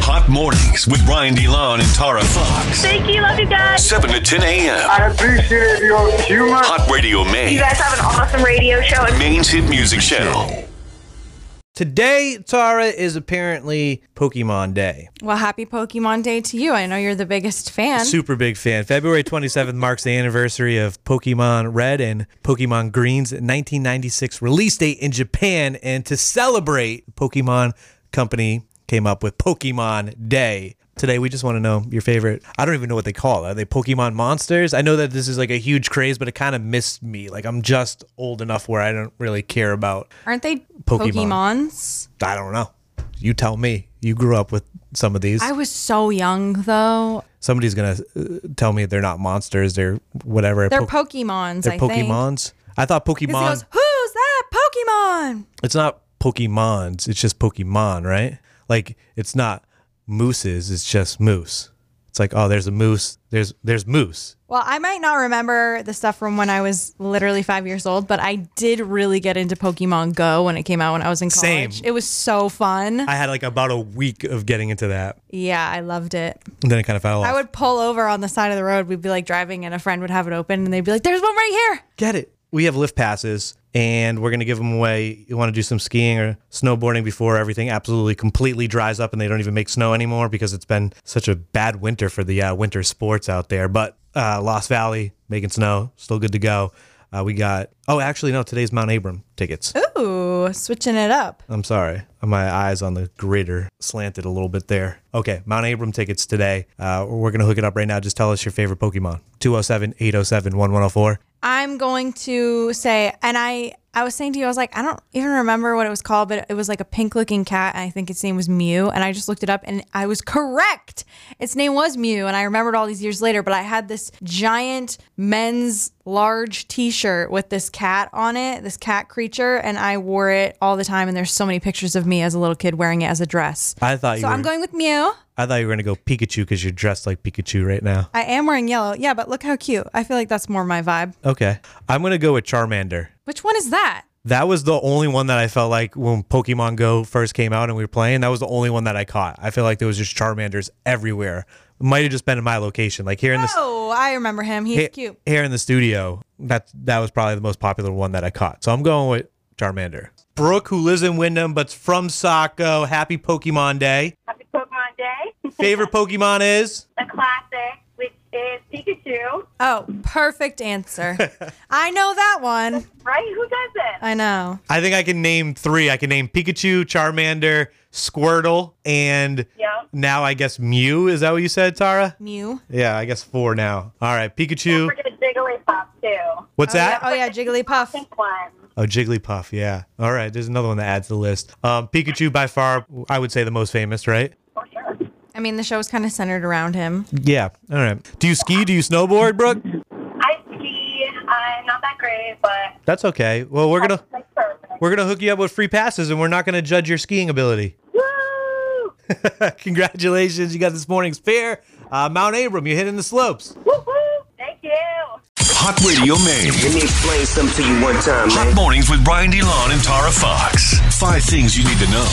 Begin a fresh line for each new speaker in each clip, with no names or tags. Hot Mornings with Ryan DeLon and Tara Fox.
Thank you. Love you guys.
7 to 10 a.m.
I appreciate your humor.
Hot Radio Maine.
You guys have an awesome radio show. And-
Maine's hit music channel.
Today, Tara is apparently Pokemon Day.
Well, happy Pokemon Day to you. I know you're the biggest fan.
Super big fan. February 27th marks the anniversary of Pokemon Red and Pokemon Green's 1996 release date in Japan. And to celebrate, Pokemon Company came up with Pokemon Day. Today, we just want to know your favorite. I don't even know what they call it. Are they Pokemon monsters? I know that this is like a huge craze, but it kind of missed me. Like, I'm just old enough where I don't really care about
Aren't they
Pokemon.
Pokemons?
I don't know. You tell me. You grew up with some of these.
I was so young though.
Somebody's gonna uh, tell me they're not monsters. They're whatever.
They're
Po-
Pokemons,
they're
I think.
Pokemons. I thought
'Cause
Pokemon.
He goes, Who's that Pokemon?
it's not Pokemons. It's just Pokemon, right? Like it's not mooses. It's just moose. It's like oh, there's a moose. There's there's moose.
Well, I might not remember the stuff from when I was literally five years old, but I did really get into Pokemon Go when it came out when I was in
Same.
college. It was so fun.
I had like about a week of getting into that.
yeah, I loved it.
And then it kind of fell off.
I would pull over on the side of the road. We'd be like driving, and a friend would have it open, and they'd be like, "There's one right here."
Get it. We have lift passes and we're going to give them away. You want to do some skiing or snowboarding before everything absolutely completely dries up and they don't even make snow anymore because it's been such a bad winter for the uh, winter sports out there. But uh, Lost Valley making snow, still good to go. Uh, we got, oh, actually, no, today's Mount Abram tickets.
Ooh, switching it up.
I'm sorry. My eyes on the grid are slanted a little bit there. Okay, Mount Abram tickets today. Uh, we're going to hook it up right now. Just tell us your favorite Pokemon 207 807 1104.
I'm going to say, and I, I was saying to you, I was like, I don't even remember what it was called, but it was like a pink looking cat. And I think its name was Mew. And I just looked it up and I was correct. Its name was Mew. And I remembered all these years later, but I had this giant men's large t shirt with this cat on it, this cat creature. And I wore it all the time. And there's so many pictures of me as a little kid wearing it as a dress.
I thought you
So
were.
I'm going with Mew.
I thought you were gonna go Pikachu because you're dressed like Pikachu right now.
I am wearing yellow. Yeah, but look how cute. I feel like that's more my vibe.
Okay, I'm gonna go with Charmander.
Which one is that?
That was the only one that I felt like when Pokemon Go first came out and we were playing. That was the only one that I caught. I feel like there was just Charmanders everywhere. Might have just been in my location, like here in the
Oh, I remember him. He's
here,
cute.
here in the studio. That that was probably the most popular one that I caught. So I'm going with Charmander. Brooke, who lives in Wyndham but's from Saco. Happy Pokemon Day.
Happy Pokemon Day.
Favorite Pokemon is
the classic, which is Pikachu.
Oh, perfect answer. I know that one.
Right? Who does it?
I know.
I think I can name three. I can name Pikachu, Charmander, Squirtle, and
Yeah.
now I guess Mew. Is that what you said, Tara?
Mew. Oh,
Yeah, I guess four now. All right,
Don't
Pikachu.
forget Jigglypuff too.
What's
oh,
that?
Yeah. Oh yeah, Jigglypuff.
Pink one.
Oh, Jigglypuff. Yeah. All right, there's another one that adds to the list. Um, Pikachu by far, I would say the most famous, right?
For sure.
I mean, the show was kind of centered around him.
Yeah. All right. Do you ski? Do you snowboard, Brooke?
I ski. I'm not that great, but
That's okay. Well, we're gonna
like perfect.
we're gonna hook you up with free passes, and we're not gonna judge your skiing ability.
Woo!
Congratulations, you got this morning's fair. Uh, Mount Abram, you're hitting the slopes.
Woo woo! Thank you.
Hot Radio Maine.
Let me explain something to you one time,
Hot
man.
Mornings with Ryan DeLon and Tara Fox. Five things you need to know.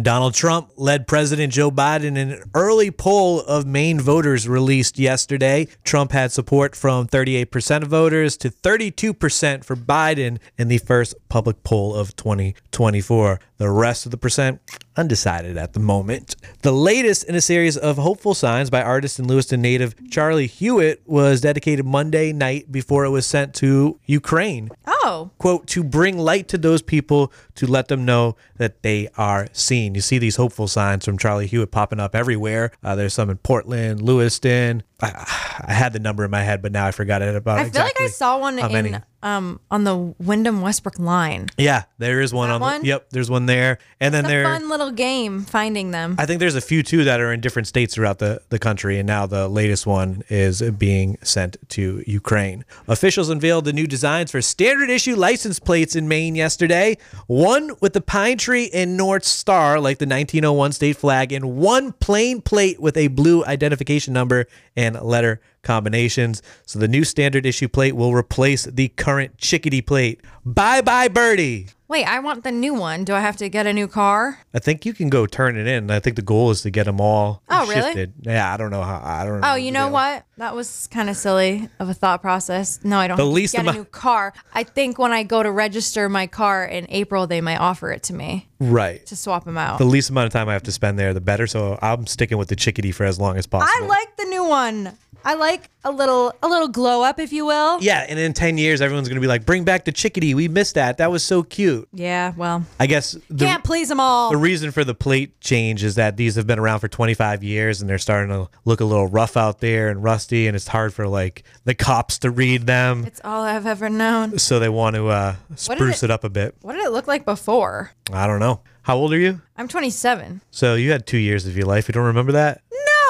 Donald Trump led President Joe Biden in an early poll of Maine voters released yesterday. Trump had support from 38% of voters to 32% for Biden in the first public poll of 2024. The rest of the percent undecided at the moment. The latest in a series of hopeful signs by artist and Lewiston native Charlie Hewitt was dedicated Monday night before it was sent to Ukraine
Oh,
quote, to bring light to those people, to let them know that they are seen. You see these hopeful signs from Charlie Hewitt popping up everywhere. Uh, there's some in Portland, Lewiston. I, I had the number in my head, but now I forgot it about
I feel
exactly
like I saw one
how
in
many.
um on the Wyndham Westbrook line.
Yeah, there is one
That
on.
one?
Yep, there's one there, and then
It's a
there.
fun little game finding them.
I think there's a few too that are in different states throughout the, the country, and now the latest one is being sent to Ukraine. Officials unveiled the new designs for standard issue license plates in Maine yesterday. One with the pine tree and North Star, like the 1901 state flag, and one plain plate with a blue identification number and letter combinations. So the new standard issue plate will replace the current chickadee plate. Bye bye, birdie.
Wait, I want the new one. Do I have to get a new car?
I think you can go turn it in. I think the goal is to get them all
Oh, really?
shifted. Yeah, I don't know how. I don't know.
Oh, you know what? That was kind of silly of a thought process. No, I don't
The
have to
least
get
amount-
a new car. I think when I go to register my car in April, they might offer it to me
Right.
to swap them out.
The least amount of time I have to spend there, the better. So I'm sticking with the chickadee for as long as
I
possible.
like the new one. I like a little a little glow up, if you will.
Yeah, and in 10 years, everyone's going to be like, bring back the chickadee. We missed that. That was so cute.
Yeah, well,
I guess the,
can't please them all.
the reason for the plate change is that these have been around for 25 years and they're starting to look a little rough out there and rusty, and it's hard for like the cops to read them.
it's all I've ever known.
So they want to uh, spruce
it-
it up a bit.
What did it look like before?
I don't know. How old are you?
I'm 27.
So you had two years of your life. You don't remember that?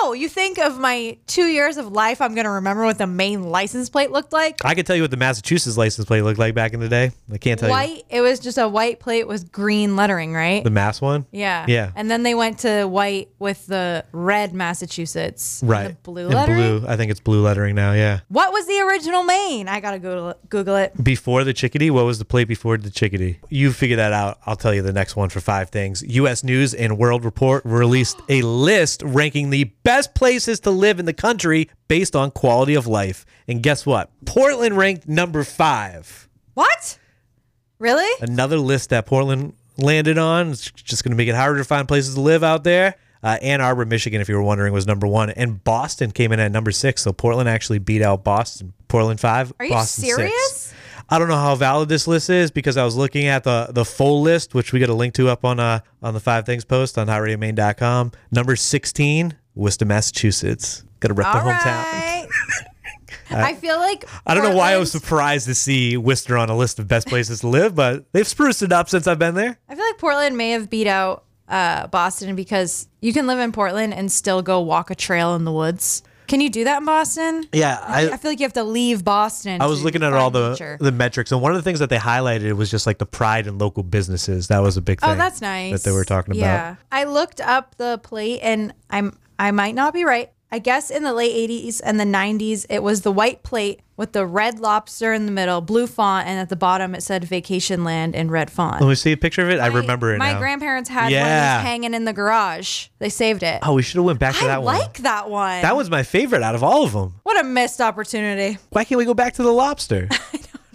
No, you think of my two years of life, I'm gonna remember what the main license plate looked like.
I could tell you what the Massachusetts license plate looked like back in the day. I can't tell you
White. It was just a white plate with green lettering, right?
the Mass one.
yeah.
Yeah.
And then they went to white with the red Massachusetts. and
right.
The blue
And
lettering.
blue. I think it's blue lettering now. Yeah.
What was the original Maine? I gotta Google it. Google it.
Before the chickadee, what was the plate before the chickadee? You figure that out. I'll tell you the next one for five things. U.S. News and World Report released a list ranking the best places to live in the country based on quality of life. And guess what? Portland ranked number five.
What? Really?
another list that Portland landed on. It's just going to make it harder to find places to live out there. Uh, Ann Arbor, Michigan, if you were wondering, was number one, and Boston came in at number six. So Portland actually beat out Boston. Portland five,
Are you
Boston
serious?
six. I don't know how valid this list is because I was looking at the the full list, which we got a link to up on uh on the five things post on highradiomain.com. Number sixteen, Worcester, Massachusetts. Got to rep the
All
hometown.
right. I feel like
I don't know why I was
Portland's-
surprised to see Worcester on a list of best places to live, but they've spruced it up since I've been there.
I feel like Portland may have beat out uh, Boston because you can live in Portland and still go walk a trail in the woods. Can you do that in Boston?
Yeah,
I,
I,
feel like you have to leave Boston.
I was
to
looking at
find
all the
nature.
the metrics, and one of the things that they highlighted was just like the pride in local businesses. That was a big thing.
Oh, that's nice.
that they were talking about.
Yeah, I looked up the plate, and I'm I might not be right. I guess in the late '80s and the '90s, it was the white plate with the red lobster in the middle, blue font, and at the bottom it said "Vacation Land" in red font.
Let me see a picture of it. I remember it
My
now.
grandparents had one
Yeah.
of these hanging in the garage. They saved it.
oh, we should have went back to
I
that
like
one.
that one.
That was my favorite out of all of them.
what a missed opportunity.
Why can't we go back to the lobster?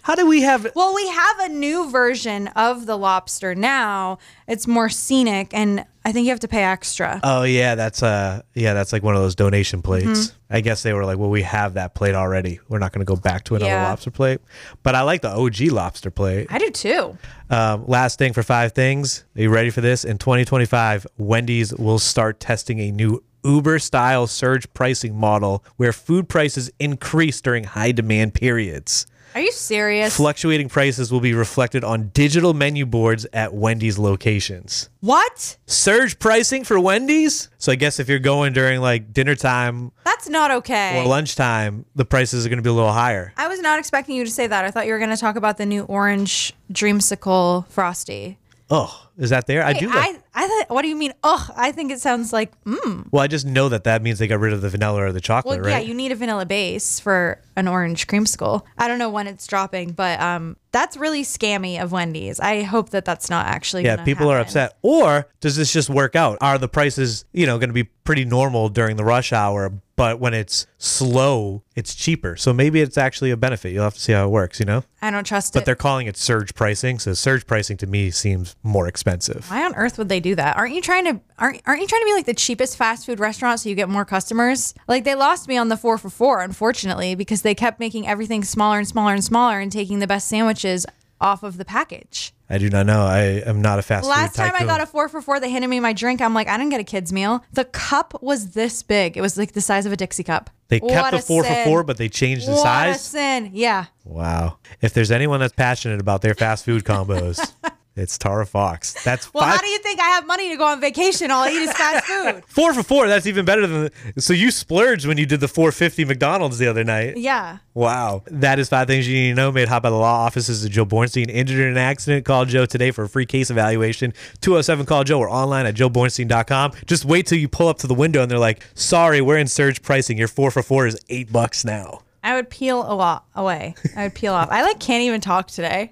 How do we have?
Well, we have a new version of the lobster now. It's more scenic, and I think you have to pay extra.
Oh yeah, that's uh yeah, that's like one of those donation
Mm-hmm.
plates. I guess they were like, well, we have that plate already. We're not going to go back to another
Yeah.
lobster plate. But I like the OG lobster plate.
I do too.
Um, last thing for five things. Are you ready for this? In 2025, Wendy's will start testing a new Uber style surge pricing model where food prices increase during high demand periods.
Are you serious?
Fluctuating prices will be reflected on digital menu boards at Wendy's locations.
what?
Surge pricing for Wendy's? So I guess if you're going during like dinner time
That's not okay.
or lunchtime, the prices are going to be a little higher.
I was not expecting you to say that. I thought you were going to talk about the new orange dreamsicle frosty.
Oh, is that there? I do. like-
I, I th- what do you mean? Ugh, I think it sounds like, mm.
well, I just know that that means they got rid of the vanilla or the
well,
chocolate,
yeah,
right?
you need a vanilla base for an orange creamsicle. I don't know when it's dropping, but um, that's really scammy of Wendy's. I hope that that's not actually.
Yeah,
gonna
people are
happen.
upset. Or does this just work out? Are the prices, you know, going to be pretty normal during the rush hour, but when it's slow, it's cheaper. So maybe it's actually a benefit. You'll have to see how it works, you know?
I don't trust
But
it.
they're calling it surge pricing, so surge pricing to me seems more expensive.
Why on earth would they do that? Aren't you trying to aren't aren't you trying to be like the cheapest fast food restaurant so you get more customers? Like they lost me on the 4 for 4 unfortunately because they kept making everything smaller and smaller and smaller and taking the best sandwiches off of the package.
I do not know. I am not a fast
Last
food tycoon.
time I got a 4 for 4 they handed me my drink. I'm like, I didn't get a kids meal. The cup was this big. It was like the size of a Dixie cup.
they kept
What
the
a
four
sin.
for four, but they changed the
what a
size.
sin. Yeah.
Wow. If there's anyone that's passionate about their fast food combos, it's Tara Fox. That's
Well,
five
how do you think I have money to go on vacation? All I eat is fast food.
Four for four. That's even better than. The, so you splurged when you did the 450 McDonald's the other night.
Yeah.
Wow. That is five things you need to know. Made hot by the law offices of Joe Bornstein. Injured in an accident. Call Joe today for a free case evaluation. 207 call Joe or online at joebornstein.com. Just wait till you pull up to the window and they're like, sorry, we're in surge pricing. Your four for four is eight bucks now.
I would peel a lot away. I would peel off. I like can't even talk today.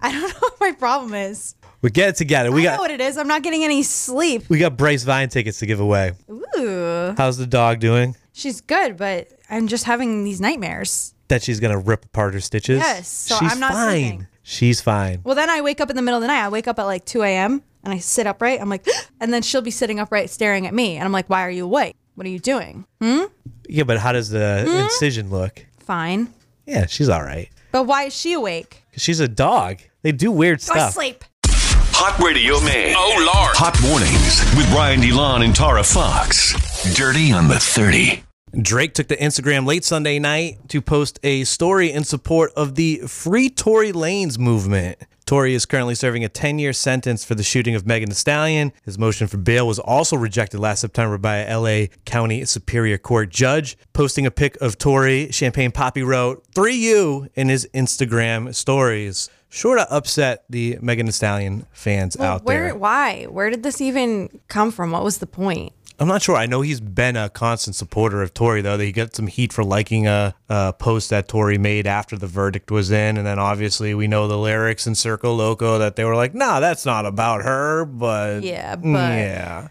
I don't know what my problem is.
We get it together. We
I know
got
what it is. I'm not getting any sleep.
we got Bryce Vine tickets to give away.
Ooh,
How's the dog doing?
she's good, but I'm just having these nightmares.
That she's gonna rip apart her stitches.
Yes, so
she's
I'm not
fine.
sleeping.
She's fine.
Well, then I wake up in the middle of the night. I wake up at like 2 a.m. and I sit upright. I'm like, and then she'll be sitting upright staring at me. And I'm like, why are you awake? What are you doing?
Yeah, but how does the incision look?
Fine.
Yeah, she's all right.
But why is she awake?
'Cause She's a dog. They do weird
Go
stuff.
sleep.
Hot Radio Man.
Oh, Lord.
Hot Mornings with Brian DeLon and Tara Fox. Dirty on the 30.
Drake took to Instagram late Sunday night to post a story in support of the Free Tory Lanes movement. Tory is currently serving a 10 year sentence for the shooting of Megan Thee Stallion. His motion for bail was also rejected last September by a LA County Superior Court judge. Posting a pic of Tory, Champagne Poppy wrote, 3U in his Instagram stories. Sure to upset the Megan Thee Stallion fans out
Where?
there.
Why? Where did this even come from? What was the point?
I'm not sure. I know he's been a constant supporter of Tory, though. That he got some heat for liking a, a post that Tory made after the verdict was in, and then obviously we know the lyrics in Circo Loco that they were like, "Nah, that's not about her," but
Yeah, but-
yeah,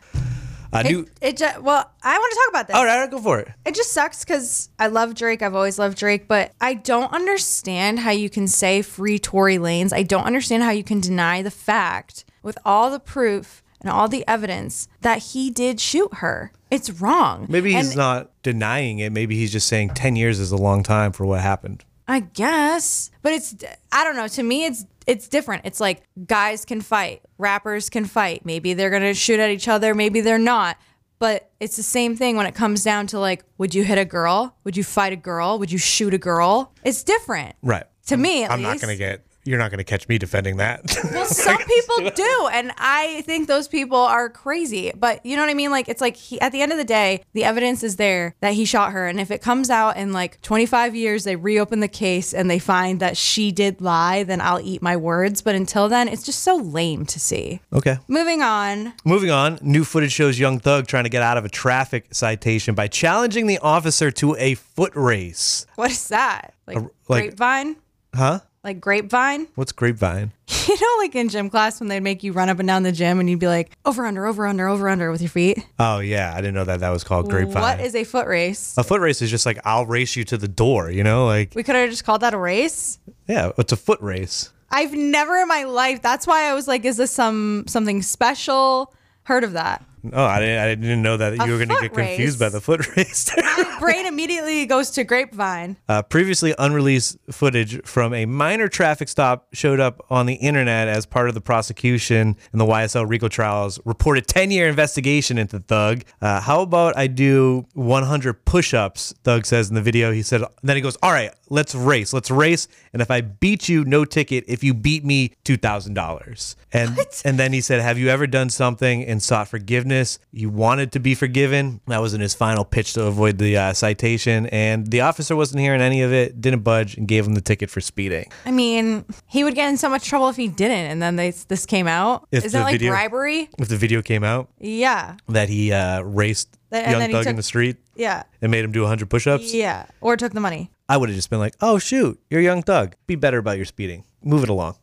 I do.
It, it just, well, I want to talk about this.
All right, all right, go for it.
It just sucks because I love Drake. I've always loved Drake, but I don't understand how you can say free Tory lanes. I don't understand how you can deny the fact with all the proof and all the evidence that he did shoot her. It's wrong.
Maybe he's
And
not denying it. Maybe he's just saying ten years is a long time for what happened.
I guess, but it's I don't know. To me, it's it's different. It's like guys can fight, rappers can fight. Maybe they're gonna shoot at each other. Maybe they're not. But it's the same thing when it comes down to like, would you hit a girl? Would you fight a girl? Would you shoot a girl? It's different,
Right.
To me, at
I'm not
least.
gonna get. You're not gonna catch me defending that.
Well, some people do, and I think those people are crazy. But you know what I mean? Like, it's like he, at the end of the day, the evidence is there that he shot her, and if it comes out in like 25 years, they reopen the case and they find that she did lie, then I'll eat my words. But until then, it's just so lame to see.
okay.
Moving on.
Moving on, new footage shows Young Thug trying to get out of a traffic citation by challenging the officer to a foot race.
What is that? Like,
like-
grapevine? Huh? Like grapevine?
What's grapevine?
You know, like in gym class when they'd make you run up and down the gym and you'd be like, over, under, over, under, over, under with your feet.
Oh yeah, I didn't know that that was called grapevine.
What is a foot race?
a foot race? Is just like I'll race you to the door, you know? Like
We could have just called that a race.
yeah, it's a foot race.
I've never in my life. That's why I was like, is this some something special? Heard of that?
Oh, I didn't, I didn't know that you were going to
foot
get confused
race?
by the foot race.
Brain immediately goes to grapevine.
Uh, previously unreleased footage from a minor traffic stop showed up on the internet as part of the prosecution in the YSL Rico trials. Reported 10 year investigation into Thug. Uh, how about I do 100 push ups? Thug says in the video. He said, then he goes, All right, let's race. Let's race. And if I beat you, no ticket. If you beat me, $2,000. And, and then he said, Have you ever done something and sought forgiveness? You wanted to be forgiven. That was in his final pitch to avoid the uh, citation. And the officer wasn't hearing any of it, didn't budge, and gave him the ticket for speeding.
I mean, he would get in so much trouble if he didn't, and then they, this came out.
If
Is
the
that like
video-
bribery?
If the video came out
Yeah,
that he uh, raced
That- and
Young
then he
Thug in
took-
the street
yeah,
and made him do 100 push ups,
yeah. Or took the money.
I would have just been like, Oh, shoot, you're Young Thug. Be better about your speeding. Move it along.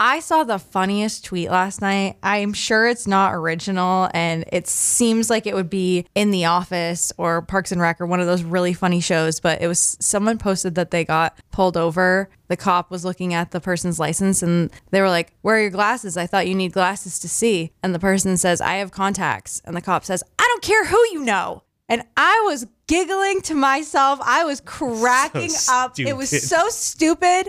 I saw the funniest tweet last night. I'm sure it's not original and it seems like it would be in The Office or Parks and Rec or one of those really funny shows, but it was someone posted that they got pulled over. The cop was looking at the person's license and they were like, Where are your glasses? I thought you need glasses to see. And the person says, I have contacts. And the cop says, I don't care who you know. And I was giggling to myself. I was cracking up. It was
stupid.
so stupid,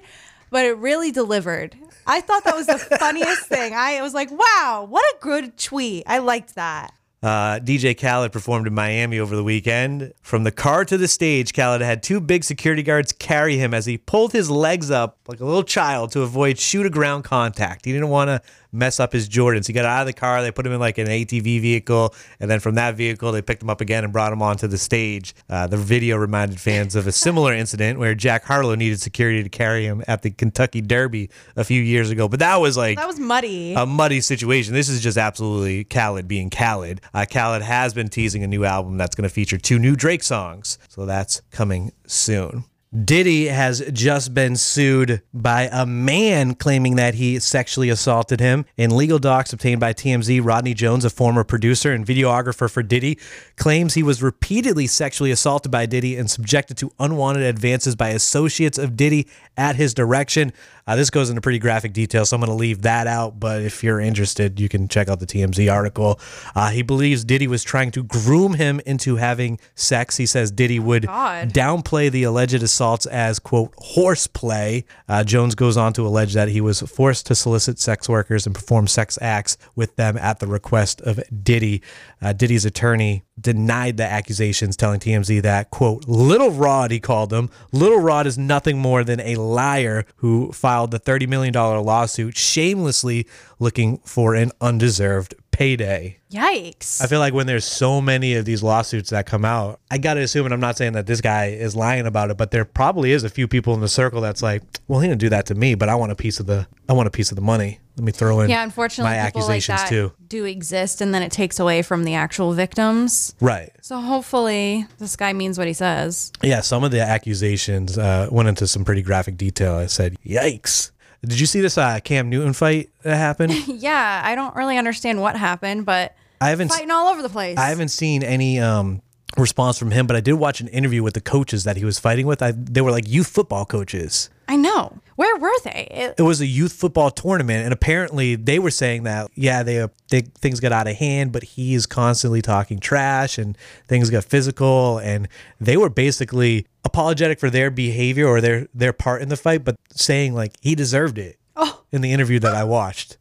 but it really delivered. I thought that was the funniest thing. I was like, wow, what a good tweet. I liked that.
Uh, DJ Khaled performed in Miami over the weekend. From the car to the stage, Khaled had two big security guards carry him as he pulled his legs up like a little child to avoid shoot to ground contact. He didn't want to mess up his Jordans. He got out of the car, they put him in like an ATV vehicle, and then from that vehicle, they picked him up again and brought him onto the stage. Uh, the video reminded fans of a similar incident where Jack Harlow needed security to carry him at the Kentucky Derby a few years ago. But that was like
That was muddy.
a muddy situation. This is just absolutely Khaled being Khaled. Uh, Khaled has been teasing a new album that's going to feature two new Drake songs. So that's coming soon. Diddy has just been sued by a man claiming that he sexually assaulted him. In legal docs obtained by TMZ, Rodney Jones, a former producer and videographer for Diddy, claims he was repeatedly sexually assaulted by Diddy and subjected to unwanted advances by associates of Diddy at his direction. Uh, this goes into pretty graphic detail, so I'm going to leave that out. But if you're interested, you can check out the TMZ article. Uh, he believes Diddy was trying to groom him into having sex. He says Diddy would
God.
downplay the alleged assaults as quote horseplay. Uh, Jones goes on to allege that he was forced to solicit sex workers and perform sex acts with them at the request of Diddy. Uh, Diddy's attorney denied the accusations, telling TMZ that quote Little Rod he called him. Little Rod is nothing more than a liar who filed the thirty million dollar lawsuit shamelessly, looking for an undeserved payday.
Yikes.
I feel like when there's so many of these lawsuits that come out, I gotta assume, and I'm not saying that this guy is lying about it, but there probably is a few people in the circle that's like, well, he didn't do that to me, but I want a piece of the, I want a piece of the money. Let me throw in,
yeah, unfortunately,
my
people like
accusations
that
too.
do exist, and then it takes away from the actual victims.
Right.
So hopefully, this guy means what he says.
Yeah, some of the accusations uh, went into some pretty graphic detail. I said, yikes. Did you see this uh, Cam Newton fight that happened?
Yeah, I don't really understand what happened, but
I haven't.
fighting all over the place.
I haven't seen any um, response from him, but I did watch an interview with the coaches that he was fighting with. I, they were like youth football coaches.
I know. Where were they? It-
it was a youth football tournament, and apparently they were saying that yeah, they, they things got out of hand, but he is constantly talking trash, and things got physical, and they were basically apologetic for their behavior or their their part in the fight, but saying like he deserved it. Oh. In the interview that I watched,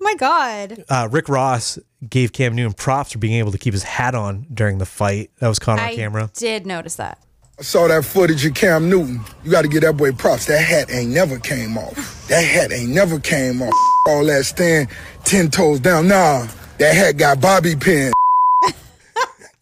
my God.
uh, Rick Ross gave Cam Newton props for being able to keep his hat on during the fight. That was caught on
I
camera.
did notice that.
I saw that footage of Cam Newton. You got to give that boy props. That hat ain't never came off. That hat ain't never came off. All that stand ten toes down. Nah, that hat got bobby pin.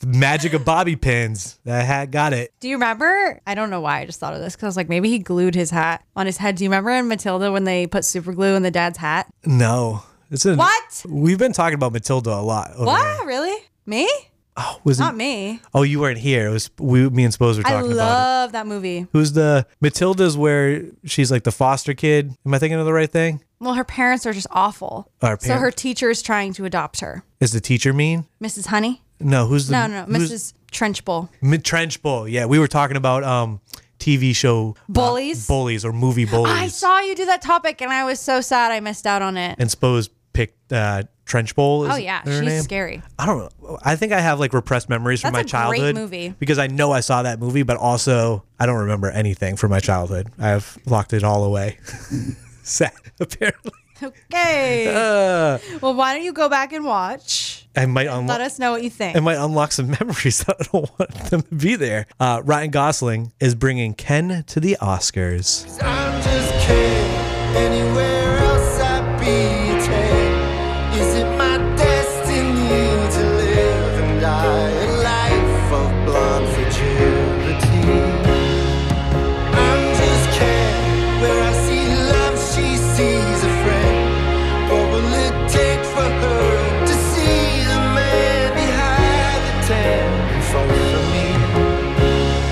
Magic of bobby pins. That hat got it.
Do you remember? I don't know why I just thought of this because I was like, maybe he glued his hat on his head. Do you remember in Matilda when they put super glue in the dad's hat?
No, it's a,
What?
we've been talking about Matilda a lot. over
What? Really? Me?
there. Was it-
Not me.
Oh, you weren't here. It was we, me and Spose were
I
talking about it.
love that movie.
Who's the Matilda's where she's like the foster kid? Am I thinking of the right thing?
Well, her parents are just awful.
Our
so her
parent-
teacher is trying to adopt her.
Is the teacher mean?
Mrs. Honey?
No, who's the
No, no, no.
who's-
Mrs. Trenchbull.
Mi- Trench Bull. Yeah, we were talking about um TV show uh,
Bullies?
bullies or movie bullies.
I saw you do that topic and I was so sad I missed out on it.
and Spose picked uh, Trench Bowl.
Oh, yeah. She's scary.
I don't know. I think I have like repressed memories from my
That's a great
childhood
movie.
because I know I saw that movie, but also I don't remember anything from my childhood. I've locked it all away. Sad, apparently.
Okay.
Uh.
well, why don't you go back and watch?
I might unlock.
Let us know what you think.
it might unlock some memories that I don't want them to be there. Uh, Ryan Gosling is bringing Ken to the Oscars.
I'm just Ken. Anywhere else I'd be ten. Is it my destiny to live and die a life of blonde fragility? I'm just Ken. Where I see love, she sees a friend. What will it take for her to see the man behind the tan? Fall for me.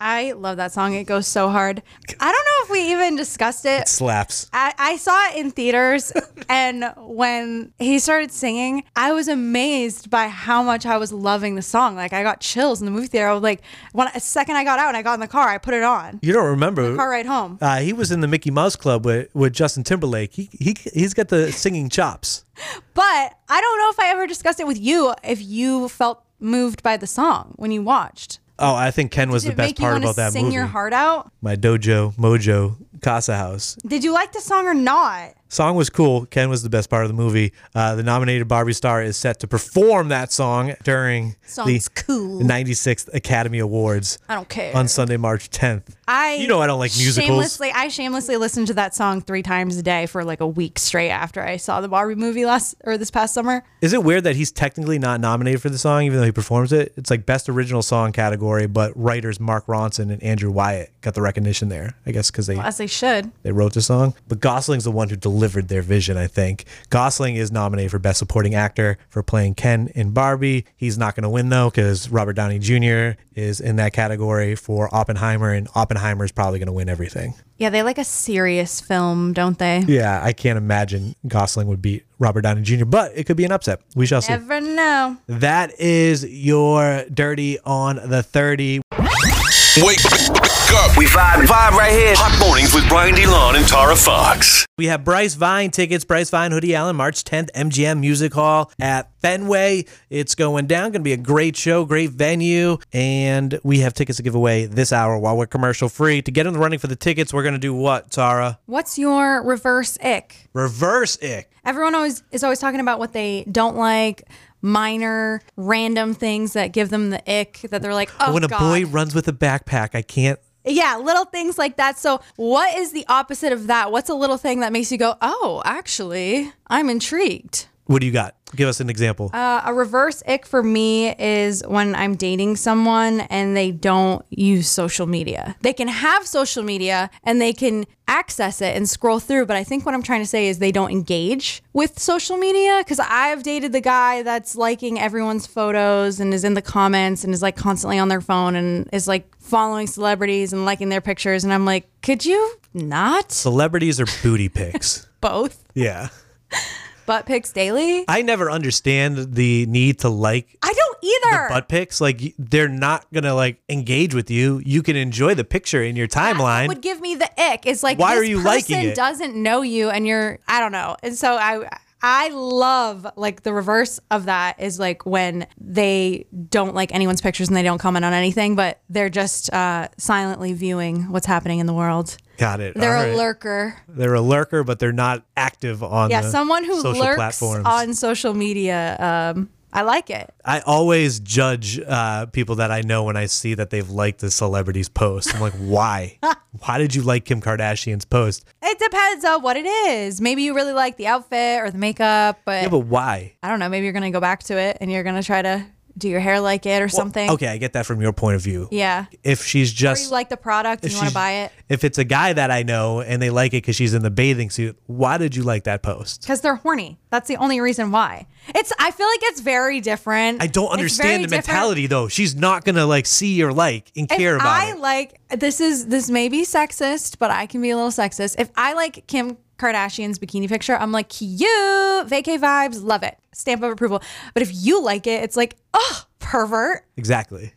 I love that song. It goes so hard. I don't know if we even discussed it.
Slaps.
I, I saw it in theaters, and when he started singing, I was amazed by how much I was loving the song. Like I got chills in the movie theater. I was like, when a second I got out and I got in the car, I put it on.
You don't remember?
Car ride home.
Uh, he was in the Mickey Mouse Club with, with Justin Timberlake. He he he's got the singing chops.
But I don't know if I ever discussed it with you. If you felt moved by the song when you watched,
Oh, I think Ken was
did
the
it
best
make you
part
want
about
to
that
sing
movie.
your heart out?
My dojo, mojo, casa house.
Did you like the song or not?
Song was cool. Ken was the best part of the movie. Uh, the nominated Barbie star is set to perform that song during
Song's
the
cool.
96th Academy Awards
I don't care.
on Sunday, March 10th.
I
You know I don't like musicals.
Shamelessly, I shamelessly listened to that song three times a day for like a week straight after I saw the Barbie movie last or this past summer.
Is it weird that he's technically not nominated for the song, even though he performs it? It's like best original song category, but writers Mark Ronson and Andrew Wyatt got the recognition there. I guess because they
As they should.
they wrote the song. But Gosling's the one who delivered their vision. I think Gosling is nominated for best supporting actor for playing Ken in Barbie. He's not going to win though because Robert Downey Jr. is in that category for Oppenheimer, and Oppenheimer is probably going to win everything.
Yeah, they like a serious film, don't they?
Yeah, I can't imagine Gosling would beat Robert Downey Jr., but it could be an upset. We shall see.
Never know.
That is your dirty on the 30.
Wake up.
We vibe, vibe right here.
Hot mornings with Brian DeLon and Tara Fox.
We have Bryce Vine tickets, Bryce Vine, Hoodie Allen, March 10th, MGM Music Hall at Fenway. It's going down. Going to be a great show, great venue. And we have tickets to give away this hour while we're commercial free. To get in the running for the tickets, we're going to do what, Tara?
What's your reverse ick?
Reverse ick.
Everyone always is always talking about what they don't like, minor random things that give them the ick that they're like, oh
when a
God.
boy runs with a backpack, I can't.
yeah, little things like that. So, what is the opposite of that? What's a little thing that makes you go, oh, actually, I'm intrigued?
What do you got? Give us an example.
Uh, a reverse ick for me is when I'm dating someone and they don't use social media. They can have social media and they can access it and scroll through, but I think what I'm trying to say is they don't engage with social media because I've dated the guy that's liking everyone's photos and is in the comments and is like constantly on their phone and is like following celebrities and liking their pictures. And I'm like, could you not
Celebrities are booty pics.
both
yeah.
butt pics daily?
I never understand the need to like
I don't either.
butt pics like y- they're not gonna like engage with you you can enjoy the picture in your timeline
would give me the ick. It's like
Why
this
are you
person
liking it?
Doesn't know you, and you're I don't know. And so I I love like the reverse of that is like when they don't like anyone's pictures and they don't comment on anything, but they're just uh, silently viewing what's happening in the world.
got it
They're
All
a
right. Uh-huh.
lurker.
they're a lurker but they're not active on
Yeah,
the
someone who
social
lurks
platforms
on social media. Um, I like it.
i always judge uh, people that i know when i see that they've liked the celebrity's post i'm like why why did you like kim kardashian's post
It depends on what it is. Maybe you really like the outfit or the makeup, but,
yeah but why
I don't know. Maybe you're gonna go back to it and you're gonna try to do your hair like it or something.
okay i get that from your point of view
Yeah.
if she's
Or you
just
like the product
if
and you want
she's-
to buy it
if it's a guy that i know and they like it because she's in the bathing suit why did you like that post
because they're horny. That's the only reason why. It's. I feel like it's very different.
I don't
It's
understand
very
the
different.
mentality though. She's not gonna like see or like and
If
care about
I
it.
like this is this may be sexist, but I can be a little sexist. If I like Kim Kardashian's bikini picture, I'm like cute, vacay vibes, love it, stamp of approval. But if you like it, it's like oh pervert.
Exactly.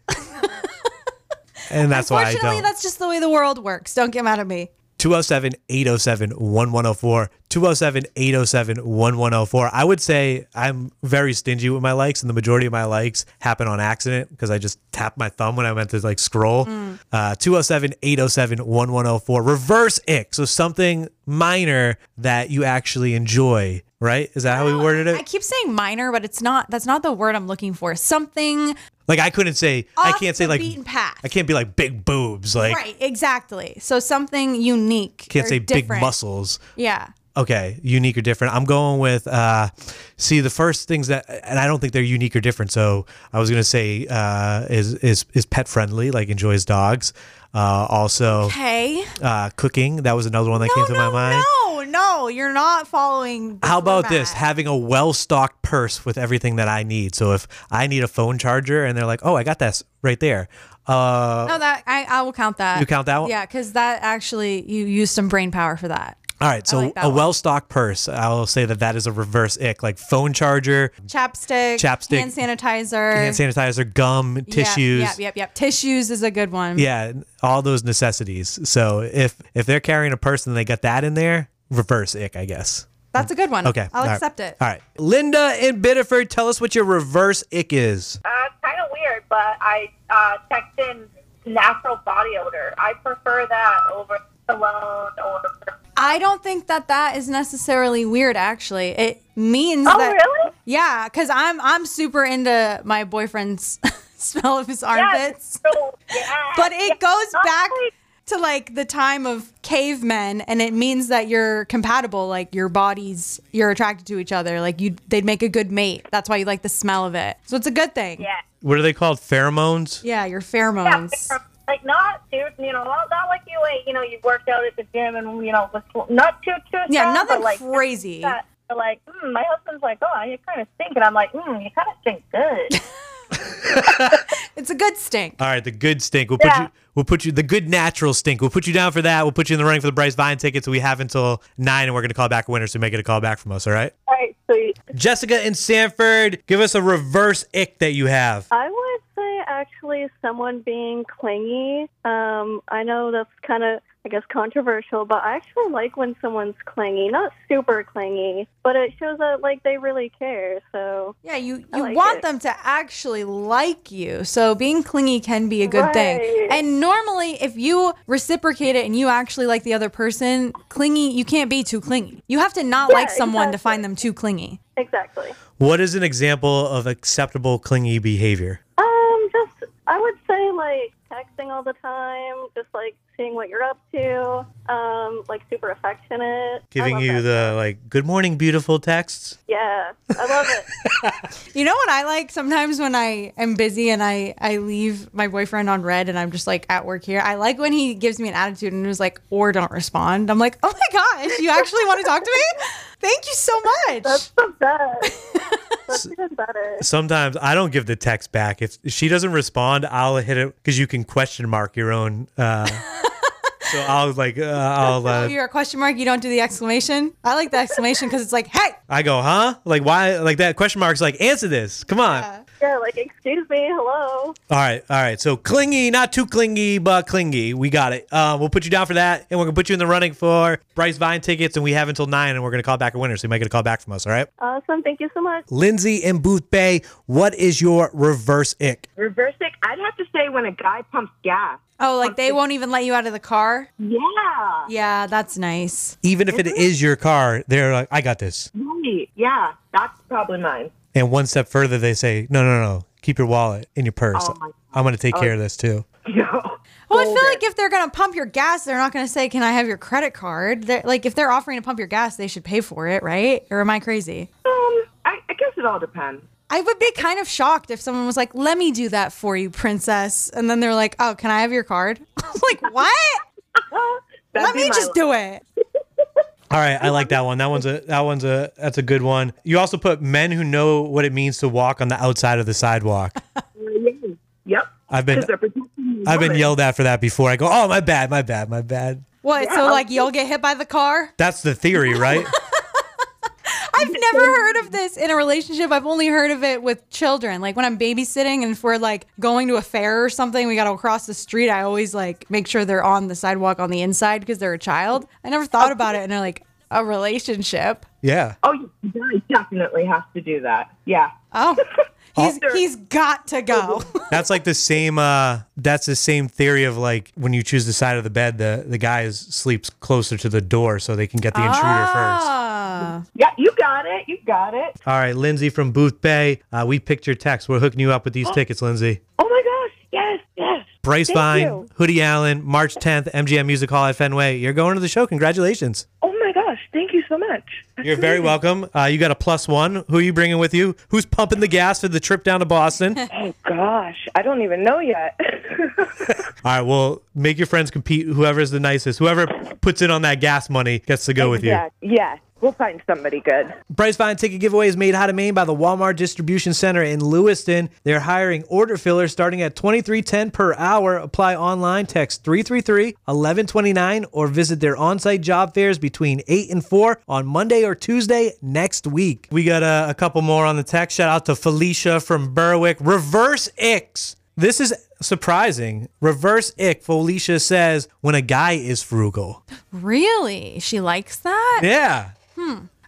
and that's why I
Unfortunately,
don't.
that's just the way the world works. Don't get mad at me.
207 807 1104. 207 807 1104. I would say I'm very stingy with my likes, and the majority of my likes happen on accident because I just tap my thumb when I meant to like scroll.
Mm.
Uh, 207 807 1104. Reverse ick. So something minor that you actually enjoy, right? Is that how we worded it?
I keep saying minor, but it's not. That's not the word I'm looking for. Something
Like I couldn't say I
Off
can't say
the
like
beaten path.
I can't be like big boobs. Like
right, exactly. So something unique.
can't
or
say big
different.
muscles.
Yeah.
Okay, unique or different. I'm going with uh see the first things that and I don't think they're unique or different. So I was gonna say uh is is is pet friendly, like enjoys dogs. Uh also
Okay.
uh cooking. That was another one that came
No,
to my
no,
mind.
no, no. You're not following. the
How about this?
format.
Having a well stocked purse with everything that I need. So if I need a phone charger and they're like, Oh, I got this right there. Uh
No, that I, I will count that.
You count that one?
Yeah, because that actually you use some brain power for that.
All right, so
like that
a
one.
well-stocked purse. I'll say that that is a reverse ick, like phone charger,
Chapstick,
Chapstick,
hand sanitizer,
hand sanitizer, gum,
Yep,
tissues.
Yep, yep, yep. Tissues is a good one.
Yeah, all those necessities. So if if they're carrying a purse and they got that in there, reverse ick, I guess.
that's a good one.
Okay,
I'll
all right.
accept it.
All right, Linda in Biddeford, tell us what your reverse ick is.
Uh, it's kind of weird, but I uh, checked in natural body odor. I prefer that over cologne or.
I don't think that that is necessarily weird. Actually, it means
Oh,
that.
really?
Yeah, because I'm I'm super into my boyfriend's smell of his
Yes.
armpits,
So, yeah.
but it
yeah.
goes back
Honestly,
to like the time of cavemen, and it means that you're compatible. Like your bodies, you're attracted to each other. Like you, they'd make a good mate. That's why you like the smell of it. So it's a good thing.
Yeah.
What are they called? Pheromones?
Yeah, your
Yeah, um,
pheromones.
like not too, you know, not, not like you ate, you know, you worked out at the gym and you know, was not too too.
Yeah,
strong,
nothing
but, like,
crazy.
That, but like, mm, my husband's like, oh, you kind of stink, and I'm like, mm, you kind of stink good.
It's a good stink.
All right, the good stink. We'll put
Yeah.
you. We'll put you. The good natural stink. We'll put you down for that. We'll put you in the running for the Bryce Vine tickets. We have until nine, and we're gonna call back a winner. So make it a call back from us. All right.
All right, sweet.
Jessica in Sanford, give us a reverse ick that you have.
I would say actually someone being clingy. Um, I know that's kind of I guess controversial, but I actually like when someone's clingy, not super clingy, but it shows that like they really care. So
Yeah, you,
I
you
like
want
it.
them to actually like you. So being clingy can be a good thing.
Right.
And normally, if you reciprocate it and you actually like the other person, clingy, you can't be too clingy. You have to not like someone to find them too clingy.
exactly.
What is an example of acceptable clingy behavior?
Um, just I would say like texting all the time, just like seeing what you're up to. Um, like super affectionate. I
Giving
love
you
that.
the like, "Good morning, beautiful" texts.
yeah, I love it.
You know what I like sometimes when I am busy and I, I leave my boyfriend on red and I'm just like at work here. I like when he gives me an attitude and is like, or don't respond. I'm like, oh my gosh, you actually want to talk to me? Thank you so much.
That's the best. That's even better.
Sometimes I don't give the text back. If she doesn't respond, I'll hit it because you can question mark your own. Uh, so I'll like, uh, I'll.
Oh,
Uh,
you're a question mark. You don't do the exclamation. I like the exclamation because it's like, hey,
I go, huh? Like why? Like that question mark's like, answer this. Come on.
Yeah, like excuse me, hello.
All right, all right. So clingy, not too clingy, but clingy. We got it. Uh, we'll put you down for that, and we're gonna put you in the running for Bryce Vine tickets, and we have until nine, and we're gonna call back a winner. So you might get a call back from us. All right.
Awesome. Thank you so much.
Lindsay and Booth Bay, what is your reverse ick?
Reverse it. I'd have to say when a guy pumps gas.
oh, like they won't even let you out of the car.
Yeah.
Yeah, that's nice.
Even if it is your car, they're like, I got this.
Right. Yeah. That's probably mine.
And one step further, they say, No, no, no. Keep your wallet in your purse.
Oh, my God.
I'm gonna take care of this too.
No.
Well, Oh, I feel like if they're gonna pump your gas, they're not gonna say, "Can I have your credit card?" They're, like if they're offering to pump your gas, they should pay for it, right? Or am I crazy?
Um, I, I guess it all depends.
I would be kind of shocked if someone was like, "Let me do that for you, princess," and then they're like, "Oh, can I have your card?" like what?
That'd
let
be
me
my
just do it.
All right, I like that one. That one's a that one's a that's a good one. You also put men who know what it means to walk on the outside of the sidewalk.
one. Uh, Yep.
I've been
Because they're protecting the
I've been
woman.
yelled at for that before. I go, oh my bad, my bad, my bad.
What? So like you'll get hit by the car?
That's the theory, right?
I've never heard of this in a relationship. I've only heard of it with children. Like when I'm babysitting and if we're like going to a fair or something, we got to cross the street. I always like make sure they're on the sidewalk on the inside because they're a child. I never thought about it. And they're like, a relationship.
yeah.
Oh, you guys definitely have to do that. Yeah.
Oh, he's, he's got to go.
That's like the same uh that's the same theory of like when you choose the side of the bed, the the guy is, sleeps closer to the door so they can get the intruder first.
Ah.
Yeah. You got it. You got it.
All right, Lindsay from Booth Bay. Uh, we picked your text. We're hooking you up with these tickets, Lindsay.
Oh my gosh. Yes. Yes.
Bryce
Thank
Vine,
you.
Hoodie Allen, March 10th, MGM Music Hall at Fenway. You're going to the show. Congratulations.
Oh my gosh. Thank you so much.
You're very welcome. Uh, you got a plus one. Who are you bringing with you? Who's pumping the gas for the trip down to Boston? All
Oh gosh. I don't even know yet.
right, well, make your friends compete. Whoever's the nicest, whoever puts in on that gas money gets to go with you.
yeah. Yes. We'll find somebody good.
Price Vine ticket giveaway is made hot and Maine by the Walmart Distribution Center in Lewiston. They're hiring order fillers starting at twenty three ten per hour. Apply online, text 333 1129, or visit their on site job fairs between 8 and 4 on Monday or Tuesday next week. We got a, a couple more on the text. Shout out to Felicia from Berwick. Reverse Ix. This is surprising. Reverse ick. Felicia says when a guy is frugal.
really? She likes that?
Yeah.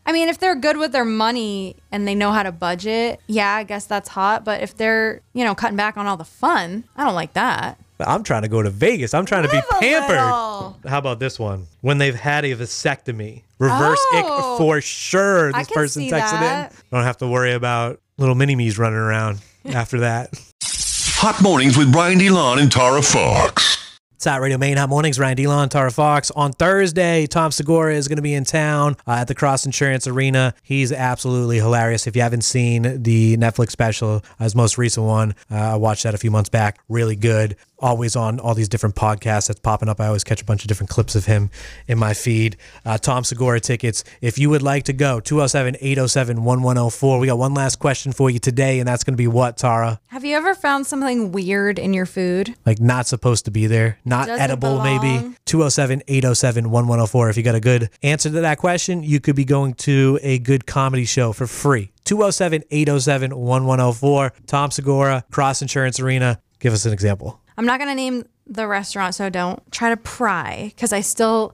I mean, if they're good with their money and they know how to budget, yeah, I guess that's hot. But if they're, you know, cutting back on all the fun, I don't like that.
I'm trying to go to Vegas. I'm trying to
Live
be
a
pampered.
little.
How about this one? When they've had a vasectomy, reverse
Oh.
ick for sure. This
I can
person
see
texted
that.
in. Don't have to worry about little mini me's running around after that.
Hot mornings with Brian DeLon and Tara Fox.
It's Hot Radio Maine Hot Mornings. Ryan DeLon, Tara Fox. On Thursday, Tom Segura is going to be in town uh, at the Cross Insurance Arena. He's absolutely hilarious. If you haven't seen the Netflix special, uh, his most recent one, uh, I watched that a few months back. Really good. Always on all these different podcasts that's popping up. I always catch a bunch of different clips of him in my feed. Uh, Tom Segura tickets. If you would like to go, 207 807 1104. We got one last question for you today, and that's going to be what, Tara?
Have you ever found something weird in your food?
like not supposed to be there, not
Doesn't
edible, maybe. 207 807 1104. If you got a good answer to that question, you could be going to a good comedy show for free. 207 807 1104. Tom Segura, Cross Insurance Arena. Give us an example.
I'm not gonna name the restaurant, so don't try to pry because I still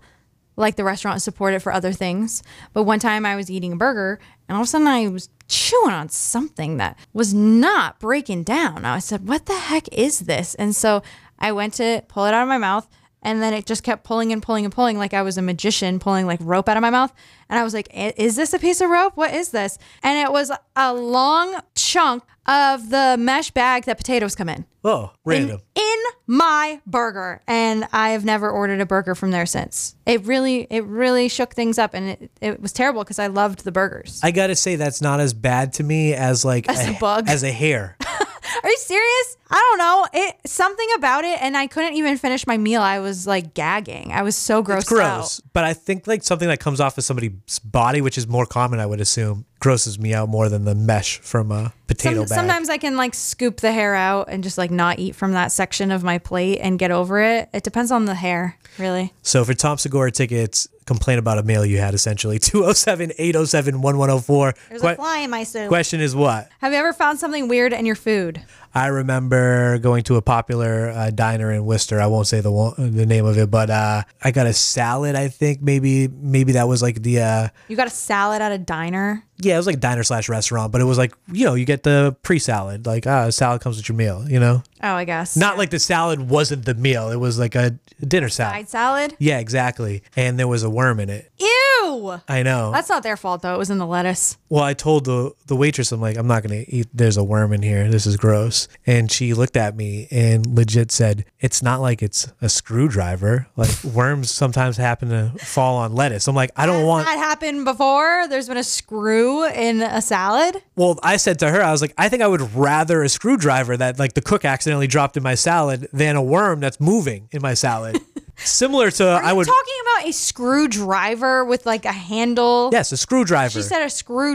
like the restaurant and support it for other things. But one time I was eating a burger and all of a sudden I was chewing on something that was not breaking down. I said, What the heck is this? And so I went to pull it out of my mouth and then it just kept pulling and pulling and pulling like I was a magician pulling like rope out of my mouth. And I was like, "I- Is this a piece of rope? What is this? And it was a long chunk of the mesh bag that potatoes come in
Oh, random.
in my burger and i have never ordered a burger from there since it really it really shook things up and it, it was terrible because i loved the burgers
I got to say, that's not as bad to me as like
As a bug.
As a hair.
are you serious i don't know it something about it and i couldn't even finish my meal i was like gagging i was so grossed
It's gross.
out
But I think like something that comes off of somebody's body, which is more common, I would assume, grosses me out more than the mesh from a
Some-
potato bag.
sometimes i can like scoop the hair out and just like not eat from that section of my plate and get over it it depends on the hair really
So for Tom Segura tickets, complain about a mail you had essentially. 207 807 1104.
there's a fly in my soup
Question is what?
have you ever found something weird in your food
I remember going to a popular uh, diner in Worcester. I won't say the one, the name of it, but uh, I got a salad. I think maybe maybe that was like the uh,
you got a salad at a diner
yeah, it was like diner slash restaurant, but it was like you know you get the pre salad, like uh, salad comes with your meal, you know.
oh i guess
Not like the salad wasn't the meal; it was like a dinner salad.
side salad
Yeah, exactly. And there was a worm in it.
Ew.
I know.
That's not their fault though. It was in the lettuce.
Well, I told the the waitress, I'm like, I'm not gonna eat. There's a worm in here. This is gross. And she looked at me and legit said, "It's not like it's a screwdriver. Like worms sometimes happen to fall on lettuce." I'm like, I don't want.
That happened before. There's been a screw in a salad.
Well, I said to her, I was like, I think I would rather a screwdriver that like the cook accidentally dropped in my salad than a worm that's moving in my salad. Similar to I would.
Talking about a screwdriver with like a handle.
yes, a screwdriver.
She said a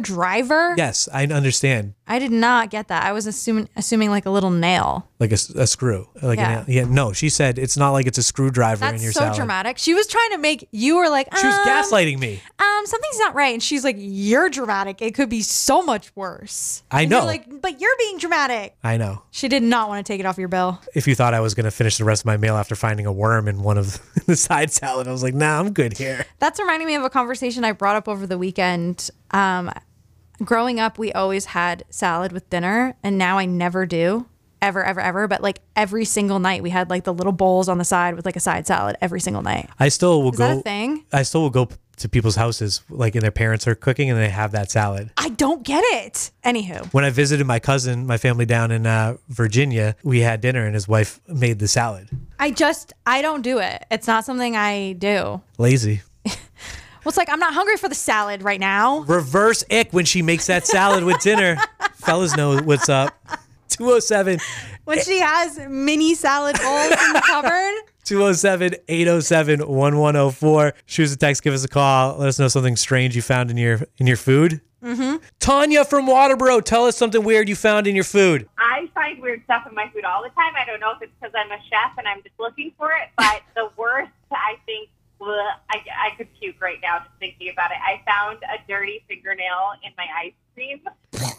screwdriver.
yes, I understand.
I did not get that. I was assuming assuming like a little nail.
Like a, s- a screw. Like
Yeah.
An, yeah. No, she said it's not like it's a screwdriver in
That's
your
so
salad.
dramatic. She was trying to make you were like
She was
um,
gaslighting me.
Um, something's not right, and she's like, "You're dramatic. It could be so much worse."
I
And you're
know.
like, but you're being dramatic.
I know.
She did not want to take it off your bill.
If you thought I was going to finish the rest of my meal after finding a worm in one of the side salad, I was like, nah, I'm good here.
That's reminding me of a conversation I brought up over the weekend. Um, growing up, we always had salad with dinner, and now I never do, ever, ever, ever. But like every single night, we had like the little bowls on the side with like a side salad every single night.
I still will
Is
go.
that a thing?
I still will go p- to people's houses, like, and their parents are cooking and they have that salad.
I don't get it. Anywho,
When I visited my cousin, my family down in uh, Virginia, we had dinner and his wife made the salad.
I just I don't do it. It's not something I do. Well,
Lazy.
it's like I'm not hungry for the salad right now.
Reverse ick when she makes that salad with dinner. Fellas know what's up. 207
When she has mini salad bowls in the cupboard.
207 807 1104. Shoot us a text, give us a call. Let us know something strange you found in your in your food.
Mm-hmm.
Tanya from Waterboro, tell us something weird you found in your food.
I find weird stuff in my food all the time. I don't know if it's because I'm a chef and I'm just looking for it, but the worst, I think, bleh, I, I could puke right now just thinking about it. I found a dirty fingernail in my ice cream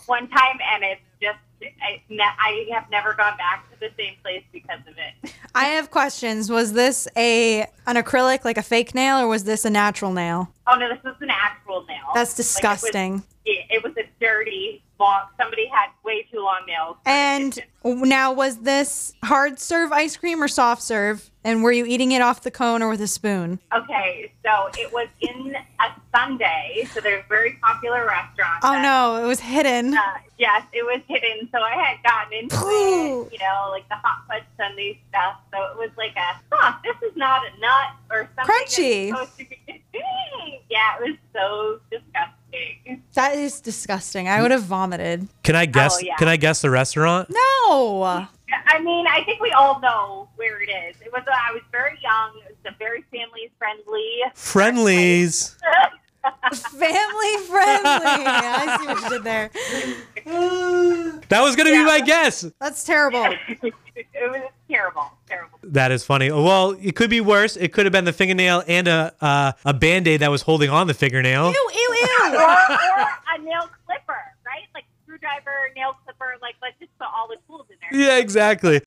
one time, and it's just, I, ne- I have never gone back to the same place because of it.
I have questions. Was this a an acrylic, like a fake nail, or was this a natural nail?
Oh, no, this was an actual nail. Like,
That's
it was-
disgusting.
yeah, it was a dirty, long, somebody had way too long nails.
And now, was this hard serve ice cream or soft serve? And were you eating it off the cone or with a spoon?
Okay, so it was in a Sunday, so there's a very popular restaurant.
Oh
that-
no, it was hidden.
Uh, yes, it was hidden. So I had gotten into it, you know, like the hot fudge Sunday stuff. So it was like a, huh, this is not a nut or something. that's
Crunchy.
supposed to be- yeah, it was so disgusting.
That is disgusting. I would have vomited.
Can I guess?
Oh, yeah.
Can I guess the restaurant?
No.
I mean, I think we all know where it is. It was. uh, I was very young. It was a very family friendly.
Friendlies.
Family friendly. I see what you did there.
That was gonna be my guess.
That's terrible.
it was terrible. Terrible.
That is funny. Well, it could be worse. It could have been the fingernail and a uh, a band aid that was holding on the fingernail.
Ew, ew,
or,
ew.
or a nail clipper, right? Like screwdriver, nail clipper. Like let's just put all the tools in there.
Yeah, exactly.